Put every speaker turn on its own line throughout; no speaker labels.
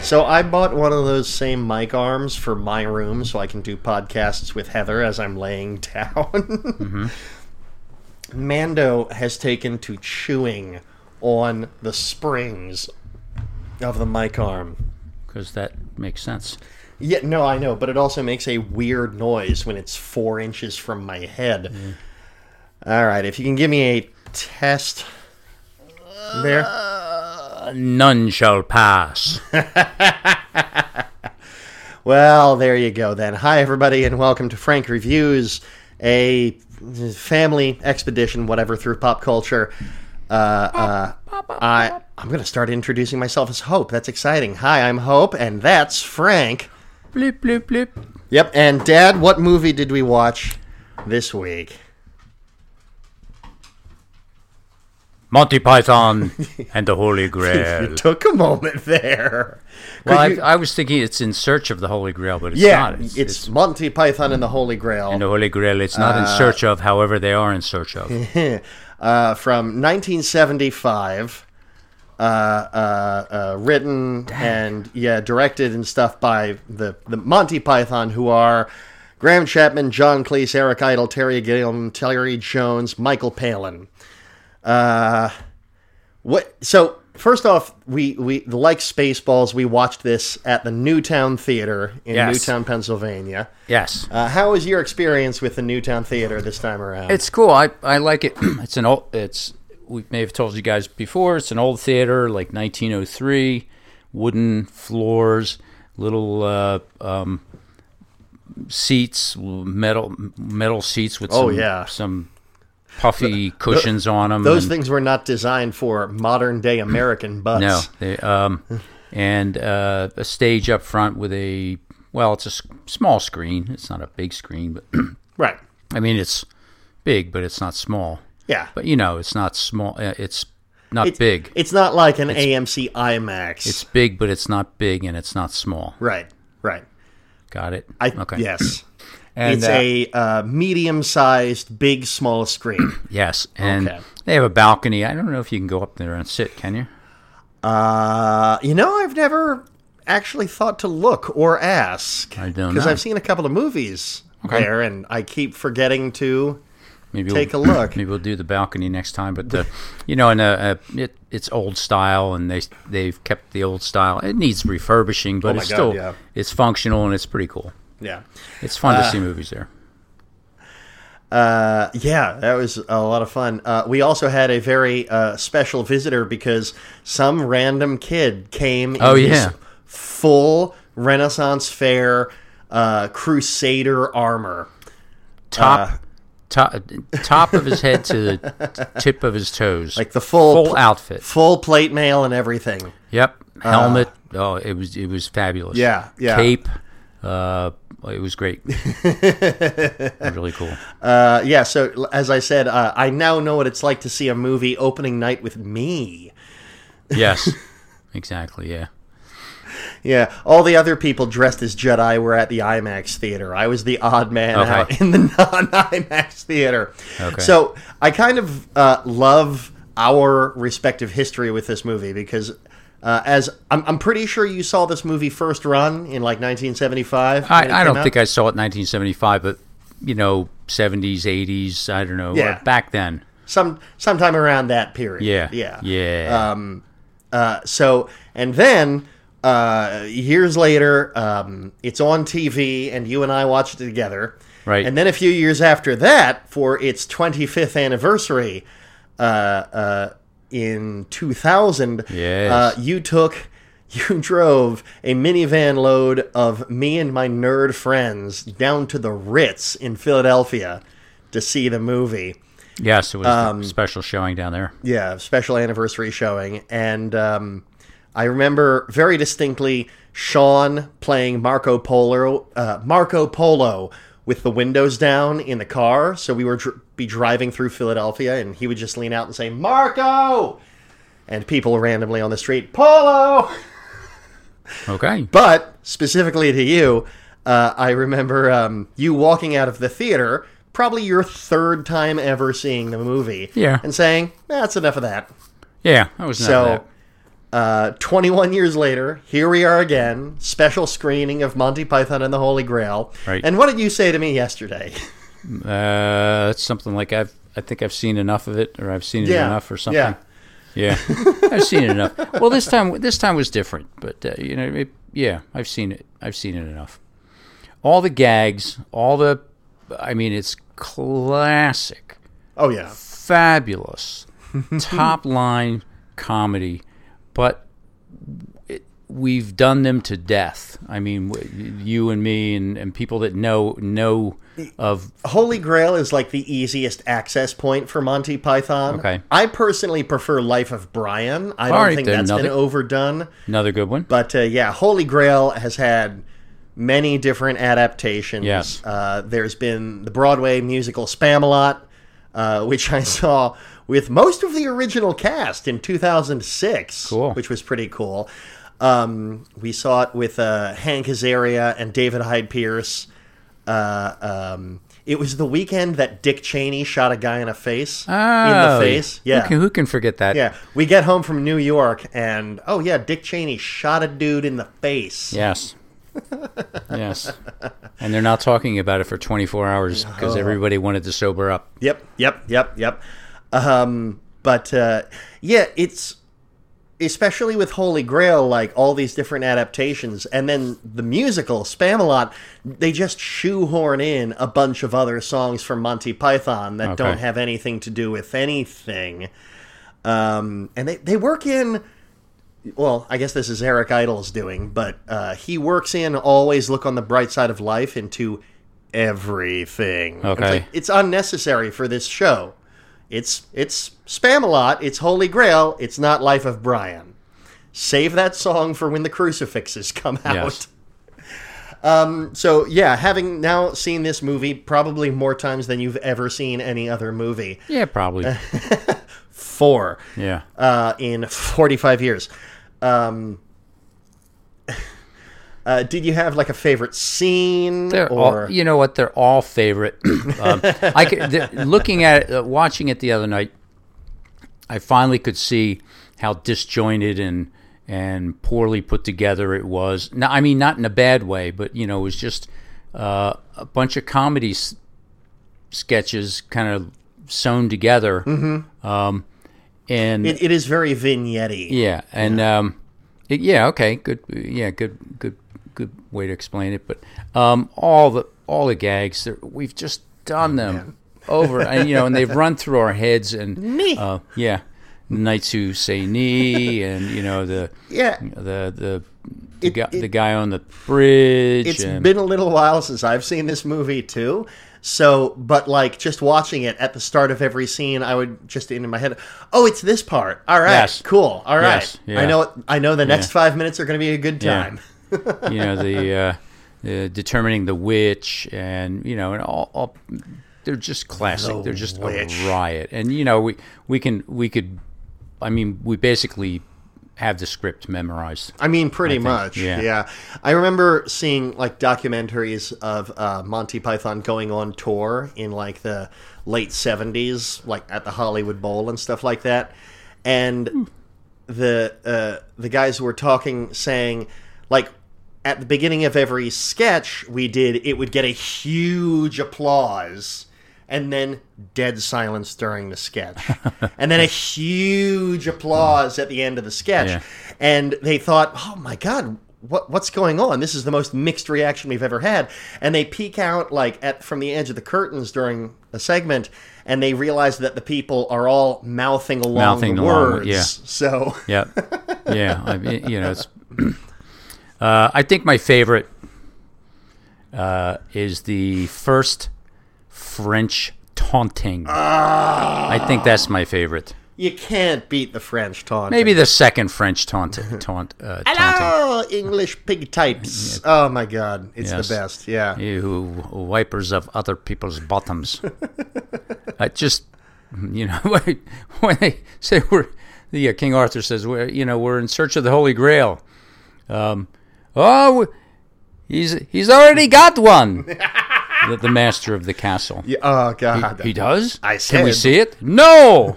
So I bought one of those same mic arms for my room so I can do podcasts with Heather as I'm laying down. Mando has taken to chewing on the springs of the mic arm.
because that makes sense.
Yeah, no, I know, but it also makes a weird noise when it's four inches from my head. All right, if you can give me a test there.
None shall pass.
Well, there you go then. Hi, everybody, and welcome to Frank Reviews, a family expedition, whatever, through pop culture. Uh, uh, I, I'm going to start introducing myself as Hope. That's exciting. Hi, I'm Hope, and that's Frank.
blip blip blip.
Yep, and Dad, what movie did we watch this week?
Monty Python and the Holy Grail.
You took a moment there.
well, I,
Could you-
I was thinking it's in search of the Holy Grail, but it's
yeah,
not.
it's, Uh, Monty Python and the Holy Grail.
and the Holy Grail. It's not in search of. However, they are in search of.
uh, from 1975, uh, uh, uh, written and yeah, directed and stuff by the the Monty Python, who are Graham Chapman, John Cleese, Eric Idle, Terry Gilliam, Terry Jones, Michael Palin. Uh, what? So first off, we we like Spaceballs. We watched this at the Newtown Theater in
Yes.
Newtown, Pennsylvania.
Yes.
Uh, how was your experience with the Newtown Theater this time around?
It's cool. I, I like it. It's an old. It's we may have told you guys before. It's an old theater, like 1903, wooden floors, little uh, um, seats, metal metal seats with
Oh,
some,
yeah.
some puffy cushions on 'em. on them.
Those things were not designed for modern day American butts.
No, they, um, and uh, a stage up front with a well, it's a s- small screen. It's not a big screen, but
Right.
I mean it's big, but it's not small.
Yeah.
But you know, it's not small. uh, It's not
It's-
big.
It's not like an AMC IMAX.
It's big, but it's not big, and it's not small.
right. Right.
Got it?
I
okay.
yes.
And,
it's
uh,
a uh, medium sized, big, small screen.
Yes, and
Okay.
they have a balcony. I don't know if you can go up there and sit. Can you?
uh, you know, I've never actually thought to look or ask.
I don't
Because
know.
I've seen a couple of movies
Okay.
there and I keep forgetting to.
Maybe
Take
we'll,
a look.
Maybe we'll do the balcony next time. But the, you know, and uh, uh, it, it's old style, and they they've kept the old style. It needs refurbishing, but
Oh my
it's
God,
still
yeah.
it's functional and it's pretty cool.
Yeah.
It's fun to see movies there.
Uh, yeah, that was a lot of fun. Uh, we also had a very uh, special visitor because some random kid came. In
Oh,
his
yeah.
full Renaissance fair uh, crusader armor.
Top.
uh,
Top, top of his head to the tip of his toes,
Like the full
full
pl-
outfit.
full plate mail and everything.
Yep, helmet. oh, it was it was
Uh,
fabulous.
Yeah, yeah.
Cape. Uh, it was great. really cool.
Uh, yeah, so l- as I said, uh, I now know what it's like to see a movie opening night with me.
Yes, exactly. Yeah.
Yeah, all the other people dressed as Jedi were at the IMAX theater. I was the odd man
Okay.
out in the non IMAX theater.
Okay.
So I kind of uh, love our respective history with this movie because. Uh, as I'm, I'm pretty sure you saw this movie first run in like 1975. when it
I, I
came
don't
out.
think I saw it in 1975, but you know, 70s, 80s. I don't know.
Yeah.
Back then.
some sometime around that period.
Yeah.
yeah,
Yeah.
Uh, so, and then uh, years later, um, it's on TV, and you and I watched it together.
Right.
And then a few years after that, for its 25th anniversary, uh, uh, in 2000,
Yes.
uh, you took. You drove a minivan load of me and my nerd friends down to the Ritz in Philadelphia to see the movie.
yes, it was
um,
a special showing down there.
Yeah, special anniversary showing. And um, I remember very distinctly Sean playing Marco Polo, uh, Marco Polo with the windows down in the car. So we would dr- be driving through Philadelphia and he would just lean out and say, Marco! And people randomly on the street, Polo!
Okay.
But specifically to you, uh, I remember um, you walking out of the theater, probably your third time ever seeing the movie,
Yeah.
and saying, That's enough of that.
yeah, I was not
So
that.
Uh, 21 years later, here we are again. Special screening of Monty Python and the Holy Grail.
Right.
And what did you say to me yesterday?
Uh, it's something like I've I think I've seen enough of it, or I've seen it
Yeah,
enough, or
yeah.
something. Yeah, I've seen it enough. Well, this time this time was different, but uh, you know, it, yeah, I've seen it. I've seen it enough. All the gags, all the, I mean, it's classic,
Oh yeah.
fabulous, top line comedy, but. it- We've done them to death. I mean, w- you and me, and, and people that know know of
Holy Grail is like the easiest access point for Monty Python.
Okay.
I personally prefer Life of Brian. I
All
don't
right,
think
then,
that's been
nothing-
overdone.
another good one.
But uh, yeah, Holy Grail has had many different adaptations.
Yes.
Uh, there's been the Broadway musical Spamalot, uh, which I saw with most of the original cast in 2006,
Cool.
which was pretty cool. Um, we saw it with uh, Hank Azaria and David Hyde Pierce. Uh, um, it was the weekend that Dick Cheney shot a guy in a face in
Oh,
the face.
Who can, who can forget that?
Yeah, we get home from New York, and oh yeah, Dick Cheney shot a dude in the face.
Yes. yes. And they're not talking about it for 24 hours because everybody wanted to sober up.
Yep, yep, yep, yep. Um, but uh, yeah, it's especially with Holy Grail, like all these different adaptations, and then the musical Spamalot, they just shoehorn in a bunch of other songs from Monty Python that
Okay.
don't have anything to do with anything. Um, and they, they work in, well, I guess this is Eric Idle's doing, but uh, he works in Always Look on the Bright Side of Life into everything.
Okay.
It's, like, it's unnecessary for this show. It's it's Spamalot, it's Holy Grail, it's not Life of Brian. Save that song for when the crucifixes come out.
Yes.
Um, so yeah, having now seen this movie probably more times than you've ever seen any other movie,
Yeah, probably.
four
Yeah.
uh, in 45 years. Um, uh, did you have like a favorite scene?
They're
or
all, you know what? They're all favorite. um, I could, the- looking at it, uh, watching it the other night, I finally could see how disjointed and and poorly put together it was. Now, I mean, not in a bad way, but you know, it was just uh, a bunch of comedy s- sketches kind of sewn together. Um, and
it, it is very vignette
yeah, and um, it, yeah, okay, good, yeah, good, good, good way to explain it. But um, all the all the gags, they're- we've just done
Oh,
them over, and you know, and they've run through our heads, and
Me.
uh, yeah, knights who say knee, and you know the
Yeah,
the the the,
It-
guy,
it-
the guy on the bridge.
It's
and,
been a little while since I've seen this movie too. So, but like just watching it at the start of every scene, I would just in my head, "Oh, it's this part. All right,
Yes.
cool. All right,
Yes, yeah.
I know. I know the next five minutes are going to be a good
Yeah.
time."
you know the uh, uh, determining the witch and you know and all, all they're just classic
The
they're just
witch.
a riot and you know we we can we could i mean we basically have the script memorized
I mean, pretty much.
yeah.
Yeah. I remember seeing like documentaries of uh, Monty Python going on tour in like the late 70s, like at the Hollywood Bowl and stuff like that. And the uh, the guys who were talking saying like at the beginning of every sketch we did it would get a huge applause and then dead silence during the sketch and then a huge applause at the end of the sketch
Yeah.
and they thought oh my god what, what's going on this is the most mixed reaction we've ever had and they peek out like at from the edge of the curtains during a segment and they realize that the people are all mouthing along
Mouthing
the
along,
words
yeah.
so
yeah yeah I mean, you know it's uh, i think my favorite uh, is the first french taunting i think that's my favorite
you can't beat the French taunt.
maybe the second french taunt taunt uh, taunting
hello, Oh, English pig types. Oh my God, it's
Yes.
the best. Yeah,
You wipers of other people's bottoms. I just, you know, when they say we're, the uh, King Arthur says, we're, you know, we're in search of the Holy Grail. Um, oh, he's he's already got one. the, the master of the castle.
Yeah, Oh God,
He does.
I
Can we
said-
see it? No.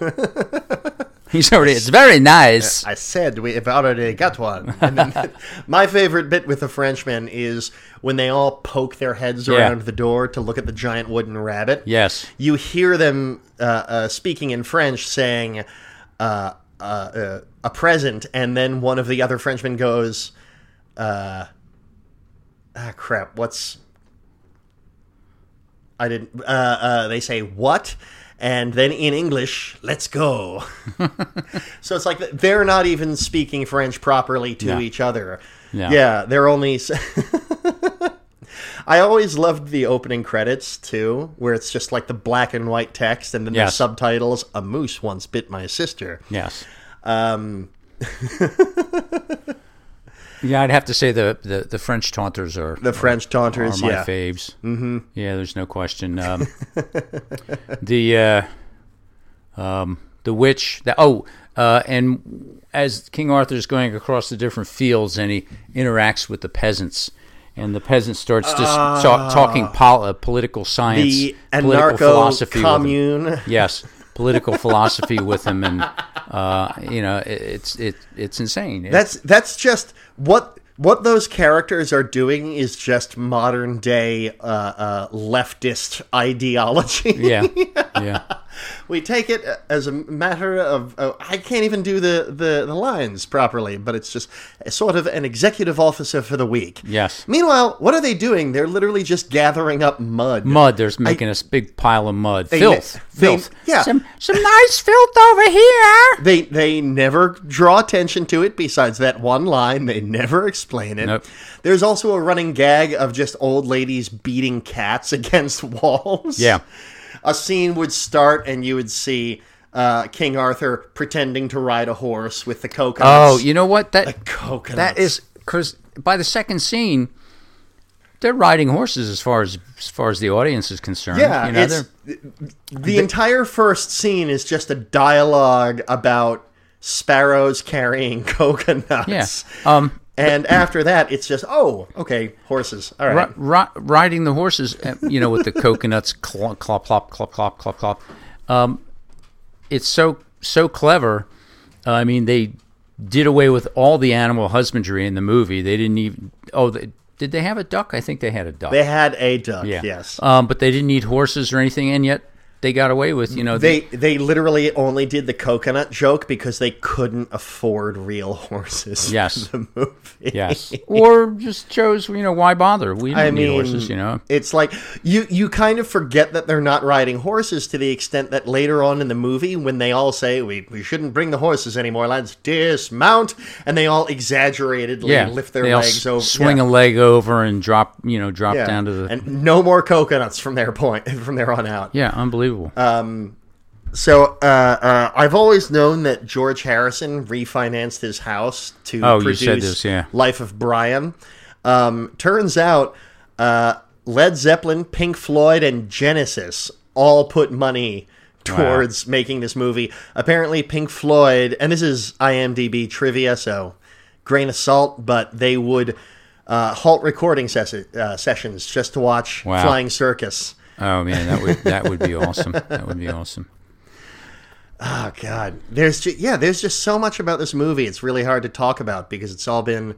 He's already. It's very nice.
I said we have already got one. And then, my favorite bit with the Frenchmen is when they all poke their heads
Yeah.
around the door to look at the giant wooden rabbit.
Yes.
You hear them uh, uh, speaking in French, saying uh, uh, uh, a present, and then one of the other Frenchmen goes, uh, ah, crap, what's. I didn't. Uh, uh, they say, what? And then in English, let's go. So it's like th- they're not even speaking French properly to
Yeah.
each other.
Yeah.
yeah, they're only. s- I always loved the opening credits too, where it's just like the black and white text and then the
Yes.
subtitles. A moose once bit my sister.
Yes. Um. yeah, I'd have to say the, the, the French taunters are
The French
are
taunters,
my
yeah,
faves. Mm-hmm. Yeah, there's no question. Um, the uh, um, the witch. The, oh, uh, and as King Arthur's going across the different fields, and he interacts with the peasants, and the peasant starts just ta- talking pol- uh, political science,
Ah. the
political
anarcho
with him.
commune.
Yes, political philosophy with him, and uh, you know it, it's it, it's insane. It-
That's that's just what what those characters are doing is just modern day uh, uh, leftist ideology.
yeah, yeah.
we take it as a matter of oh, I can't even do the, the, the lines properly, but it's just sort of an executive officer for the week.
Yes.
Meanwhile, what are they doing? They're literally just gathering up mud.
mud. There's making us big pile of mud, filth,
they-
filth.
yeah.
some some nice filth over here.
They they never draw attention to it. Besides that one line, they never explain it.
Nope.
There's also a running gag of just old ladies beating cats against walls.
Yeah.
a scene would start, and you would see. Uh, King Arthur pretending to ride a horse with the
Oh,
coconuts.
you know what? That
coconuts.
that is because by the second scene, they're riding horses as far as as far as the audience is concerned.
Yeah,
you know,
it's,
they're-
the, entire first scene is just a dialogue about sparrows carrying
yeah.
coconuts.
Um,
And after that, it's just oh, okay, horses. All right,
ri- ri- riding the horses, uh, you know, with the coconuts clop clop clop clop clop clop clop. Um, it's so so clever. Uh, I mean, they did away with all the animal husbandry in the movie. They didn't even. Oh, they, did they have a duck? I think they had a duck.
they had a duck.
yeah.
Yes,
Um, but they didn't need horses or anything, and yet they got away with you know
they they literally only did the coconut joke because they couldn't afford real horses.
Yes.
for the movie.
yes, or just chose you know why bother? We didn't
I
need
mean,
horses, you know.
It's like you you kind of forget that they're not riding horses to the extent that later on in the movie, when they all say we, we shouldn't bring the horses anymore, lads, dismount, and they all exaggeratedly
Yeah,
lift their
they all
legs
s-
over,
swing
yeah,
a leg over and drop you know drop
yeah.
down to the
and no more coconuts from their point from there on out.
yeah, unbelievable.
So uh, uh, I've always known that George Harrison refinanced his house to
Oh, you
produce
said this, yeah.
Life of Brian. Um, turns out uh, Led Zeppelin, Pink Floyd, and Genesis all put money towards making this movie. Apparently, Pink Floyd, and this is IMDb trivia, so grain of salt, but they would uh, halt recording ses- uh, sessions just to watch
Wow.
Flying Circus.
Oh man, that would that would be awesome. That would be awesome.
Oh God, there's just, yeah, there's just so much about this movie. It's really hard to talk about because it's all been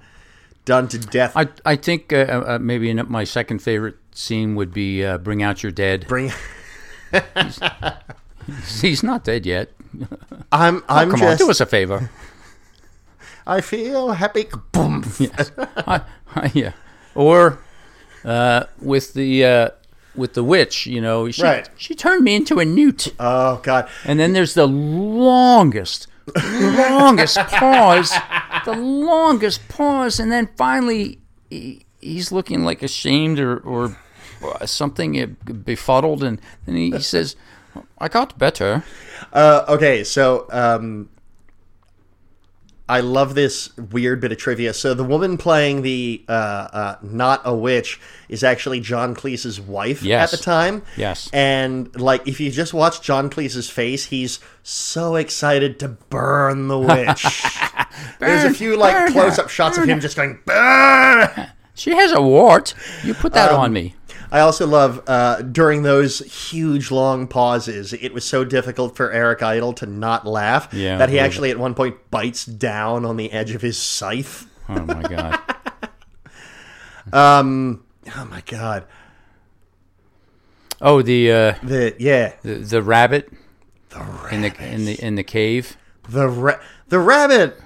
done to death.
I I think uh, uh, maybe in my second favorite scene would be uh, "Bring Out Your Dead."
Bring,
He's not dead yet.
I'm I'm
Oh, Come on,
just
do us a favor.
I feel happy. Boom.
I, I, Uh, yeah, or uh, with the uh, with the witch, you know, she
Right.
she turned me into a newt.
Oh God,
And then there's the longest, longest pause, the longest pause, and then finally he, he's looking like ashamed or or something uh, befuddled, and then he, he says, "I got better."
Uh, okay, so um, I love this weird bit of trivia. So the woman playing the uh, uh, not a witch is actually John Cleese's wife
Yes.
at the time.
Yes.
and like if you just watch John Cleese's face, he's so excited to burn the witch. There's a
Burn,
few like
burn
close-up
her,
shots of him just going burn. Um,
She has a wart. You put that on me.
I also love uh, during those huge long pauses. It was so difficult for Eric Idle to not laugh
Yeah,
that he
yeah.
actually at one point bites down on the edge of his scythe.
Oh my god.
Oh my god!
Oh, the uh,
The yeah,
the, the rabbit
the rabbit.
in the in the in the cave.
the ra- the rabbit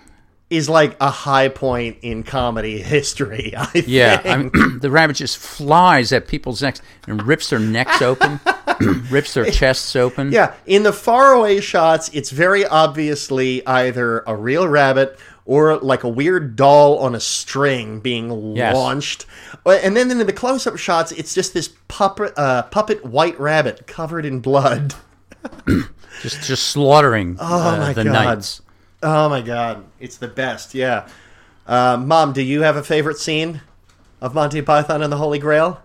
is like a high point in comedy history. I think.
Yeah, I mean, the rabbit just flies at people's necks and rips their necks open, rips their chests open.
Yeah, in the faraway shots, it's very obviously either a real rabbit or like a weird doll on a string being
Yes.
launched. Uh, And then in the close-up shots, it's just this puppet, uh, puppet white rabbit covered in blood.
just just slaughtering uh,
my
the
God.
knights.
Oh my god, it's the best. Yeah, uh, mom, do you have a favorite scene of Monty Python and the Holy Grail?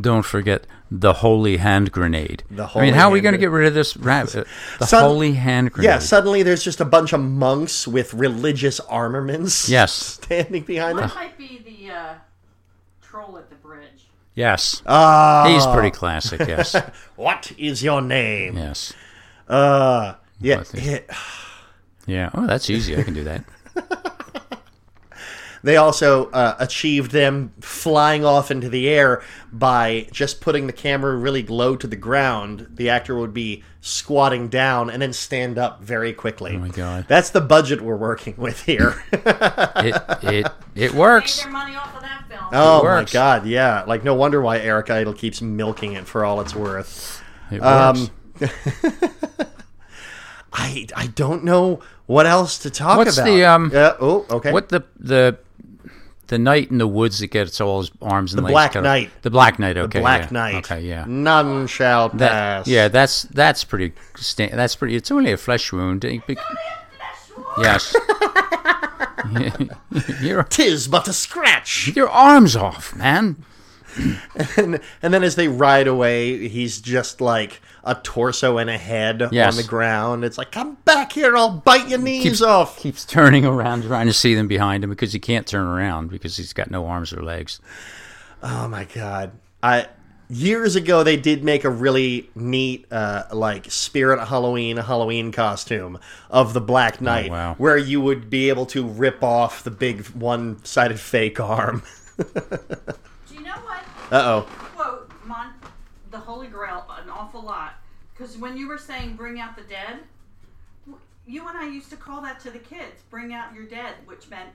Don't forget the holy hand grenade.
The
I
holy
mean, how are we
hand
going to
grenade.
get rid of this rabbit? Uh, The
Some-
holy hand grenade.
Yeah, suddenly there's just a bunch of monks with religious armaments.
Yes.
standing behind them.
What might be the uh, troll at the bridge?
Yes.
Ah,
He's pretty classic. Yes.
what is your name?
yes.
Uh, yeah.
I think- Yeah. Oh, that's easy. I can do that.
They also uh, achieved them flying off into the air by just putting the camera really low to the ground. The actor would be squatting down and then stand up very quickly. Oh
my God.
That's the budget we're working with here.
It it it
Made
works.
their money off of that film.
oh my
works.
god, yeah. Like no wonder why Eric Idle keeps milking it for all it's worth.
It works.
Um, I I don't know what else to talk
What's
about.
the, um,
Yeah, oh, okay.
what the the the knight in the woods that gets all his arms and legs
Black
cut off?
Knight.
The Black Knight. Okay.
Black
yeah.
Knight.
Okay. Yeah.
None shall
That,
pass.
yeah, that's that's pretty. Sta- that's pretty. It's only a flesh wound. It be- yes. your
Tis but a scratch.
your arms off, man.
And, and then as they ride away, he's just like a torso and a head
Yes.
on the ground. It's like, come back here, I'll bite your knees off.
Keeps turning around, trying to see them behind him because he can't turn around because he's got no arms or legs.
Oh my god. I years ago they did make a really neat uh like spirit Halloween Halloween costume of the Black Knight
Oh, wow.
where you would be able to rip off the big one-sided fake arm.
Do you know what?
Uh-oh.
Quote Mon- the Holy Grail an awful lot because when you were saying "bring out the dead," w- you and I used to call that to the kids "bring out your dead," which meant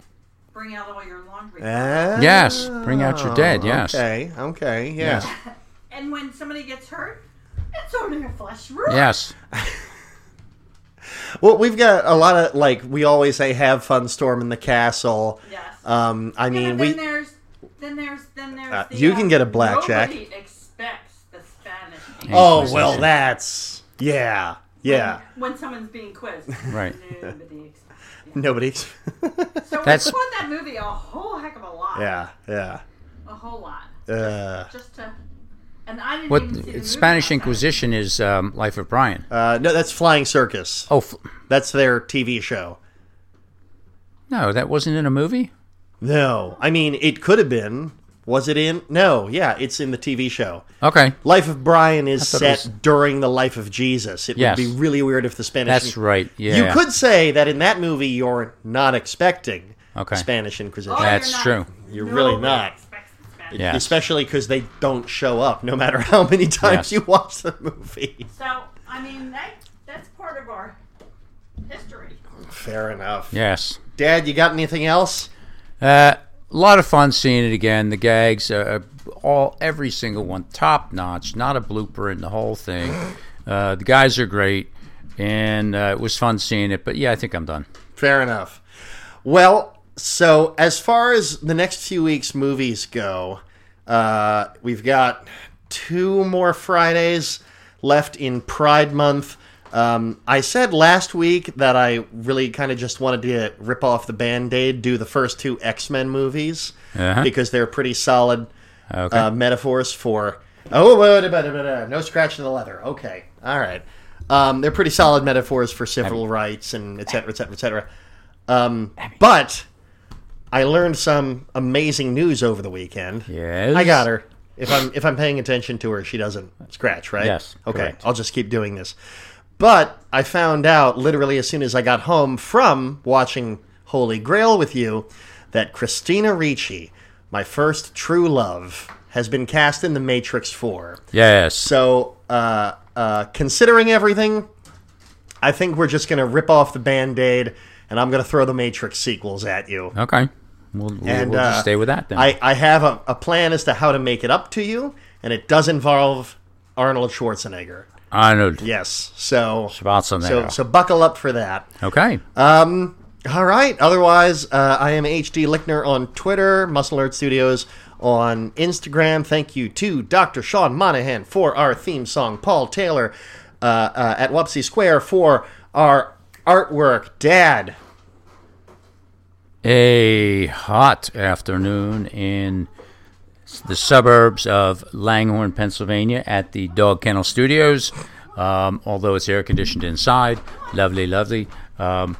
bring out all your laundry.
Yes, bring out your dead, yes.
Ah, Oh, Okay. Okay. Yeah.
Yes.
And when somebody gets hurt, it's only a flesh wound.
Yes,
Well, we've got a lot of like we always say, "Have fun storming the castle."
Yes.
Um, I
Yeah,
mean,
but
we
then there's then there's then there's
Uh,
the,
you can
uh,
get a blackjack.
Nobody expects the Spanish.
Oh
Yes,
well,
yes.
that's yeah, yeah.
When, when someone's being quizzed.
Right.
Nobody expects.
Nobody's.
So
That's-
we put that movie a whole heck of a lot.
yeah, yeah.
A whole lot.
Uh,
Just to. And I didn't
what
even see the movie
Spanish
last night.
Inquisition is? Um, Life of Brian.
uh, no, that's Flying Circus.
oh f-
That's their TV show.
no, that wasn't in a movie.
No, I mean it could have been. Was it in? No, yeah, it's in the TV show.
Okay,
Life of Brian is
thought it
set
was-
during the life of Jesus. It
Yes.
would be really weird if the Spanish.
that's right. Yeah,
You could say that in that movie you're not expecting
Okay.
Spanish Inquisition,
Oh, you're
That's
not-
true.
You're really
nobody
not.
expects the Spanish.
Yeah.
especially because they don't show up no matter how many times
Yes.
you watch the movie.
So I mean that that's part of our history.
Fair enough.
Yes.
Dad, you got anything else?
Uh, a lot of fun seeing it again. The gags, uh, all every single one, top notch. Not a blooper in the whole thing. Uh, the guys are great, and uh, it was fun seeing it. But yeah, I think I'm done.
Fair enough. Well, so as far as the next few weeks' movies go, uh, we've got two more Fridays left in Pride Month. Um, I said last week that I really kind of just wanted to rip off the band aid, do the first two X Men movies
Uh-huh. Ah,
because they're pretty solid
Okay.
uh, metaphors for. Oh, whoa, da, ba, da, ba, da, no scratch to the leather. Okay. All right. Um, they're pretty solid metaphors for civil rights and et cetera, et cetera, et cetera. Um, but I learned some amazing news over the weekend.
Yes.
I got her. If I'm if I'm paying attention to her, she doesn't scratch, right?
Yes,
Okay.
correct.
I'll just keep doing this. But I found out literally as soon as I got home from watching Holy Grail with you that Christina Ricci, my first true love, has been cast in The Matrix 4.
Yes.
So, uh, uh, considering everything, I think we're just going to rip off the band aid and I'm going to throw the Matrix sequels at you.
okay. We'll, we'll,
And
we'll just
uh,
stay with that then.
I, I have a, a plan as to how to make it up to you, and it does involve Arnold Schwarzenegger.
Arnold.
Yes. So, so,
Schwarzenegger.
so buckle up for that.
okay.
All right. Otherwise, uh, I am HD Lickner on Twitter, Muscle Alert Studios on Instagram. Thank you to Dr. Sean Monahan for our theme song, Paul Taylor uh, uh, at Wupsie Square for our artwork, Dad.
A hot afternoon in the suburbs of Langhorne, Pennsylvania, at the Dog Kennel Studios. Um, although it's air conditioned inside, lovely, lovely. Um,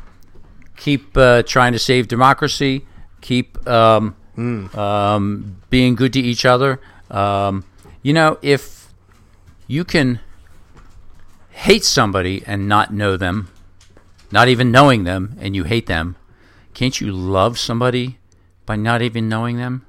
keep uh, trying to save democracy. Keep um, um, being good to each other. Um, you know, if you can hate somebody and not know them, not even knowing them, and you hate them, can't you love somebody by not even knowing them?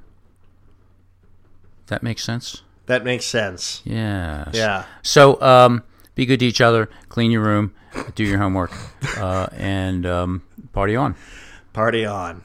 That makes sense.
That makes sense.
Yes.
Yeah.
So, um, be good to each other. Clean your room. Do your homework, uh, and um, party on.
Party on.